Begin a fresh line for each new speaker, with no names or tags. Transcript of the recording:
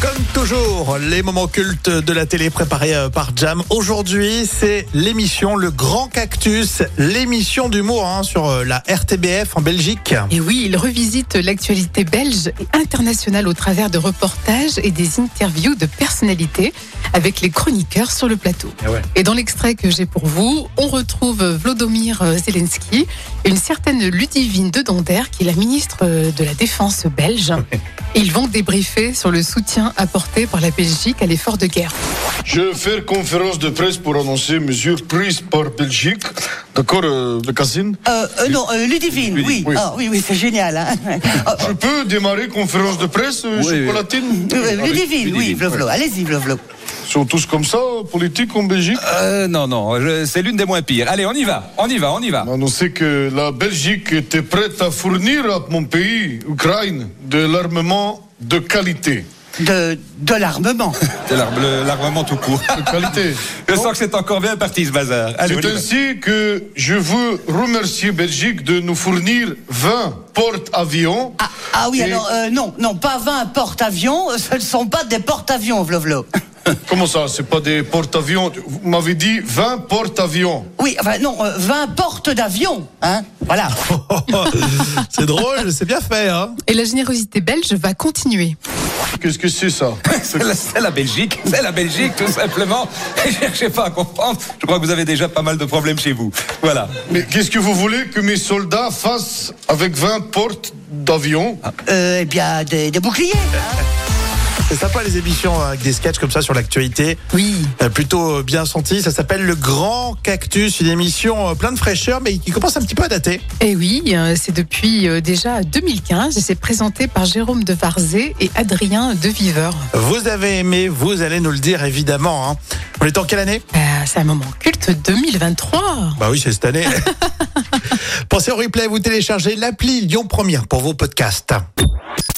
Comme toujours, les moments cultes de la télé préparés euh, par Jam. Aujourd'hui, c'est l'émission Le Grand Cactus, l'émission d'humour hein, sur euh, la RTBF en Belgique.
Et oui, il revisite l'actualité belge et internationale au travers de reportages et des interviews de personnalités avec les chroniqueurs sur le plateau. Et dans l'extrait que j'ai pour vous, on retrouve Vlodomir euh, Zelensky et une certaine Ludivine de Donder, qui est la ministre euh, de la Défense belge. Ils vont débriefer sur le soutien apporté par la Belgique à l'effort de guerre.
Je vais faire conférence de presse pour annoncer mesures prises par Belgique. D'accord, euh, le Cassine
Euh, euh, non, euh, Ludivine, oui.
Oui.
Ah, oui, oui, c'est génial. Hein. Oh,
Je peux démarrer conférence de presse, euh, chocolatine
euh,
Avec
Ludivine, oui, Vlovlo.
ouais.
Allez-y, Vlovlo.
Ils sont tous comme ça, politiques en Belgique
Euh, non, non, je- c'est l'une des moins pires. Allez, on y va, on y va, on y va.
On a annoncé que la Belgique était prête à fournir à mon pays, Ukraine, de l'armement de qualité.
De, de l'armement.
C'est l'ar- le- l'armement tout court.
De qualité.
Je sens que c'est encore bien parti ce bazar. Allez, on y
C'est
va.
ainsi que je veux remercier Belgique de nous fournir 20 porte-avions.
Ah, ah oui,
Et-
alors, euh, non, non, pas 20 porte-avions, euh, ce ne sont pas des porte-avions, Vlovlo.
Comment ça, c'est pas des porte-avions Vous m'avez dit 20 porte-avions.
Oui, enfin, non, euh, 20 portes d'avions, hein, voilà.
Oh, c'est drôle, c'est bien fait. Hein
Et la générosité belge va continuer.
Qu'est-ce que c'est ça
C'est la- c'est la Belgique, c'est la Belgique tout simplement. Et cherchez pas à comprendre. Je crois que vous avez déjà pas mal de problèmes chez vous. Voilà.
Mais qu'est-ce que vous voulez que mes soldats fassent avec 20 portes d'avions
Euh, eh bien, des, des boucliers.
c'est sympa les émissions euh, avec des sketchs comme ça sur l'actualité.
Oui.
Euh, Plutôt euh, bien senti. Ça s'appelle Le Grand Cactus, une émission euh, plein de fraîcheur, mais qui commence un petit peu à dater.
Et oui, euh, c'est depuis euh, déjà 2015 et c'est présenté par Jérôme de Varzé et Adrien de Viveur.
Vous avez aimé, vous allez nous le dire évidemment. hein. On est en quelle année
Bah, c'est un moment culte 2023.
Bah oui, c'est cette année. Pensez au replay, vous téléchargez l'appli Lyon Première pour vos podcasts.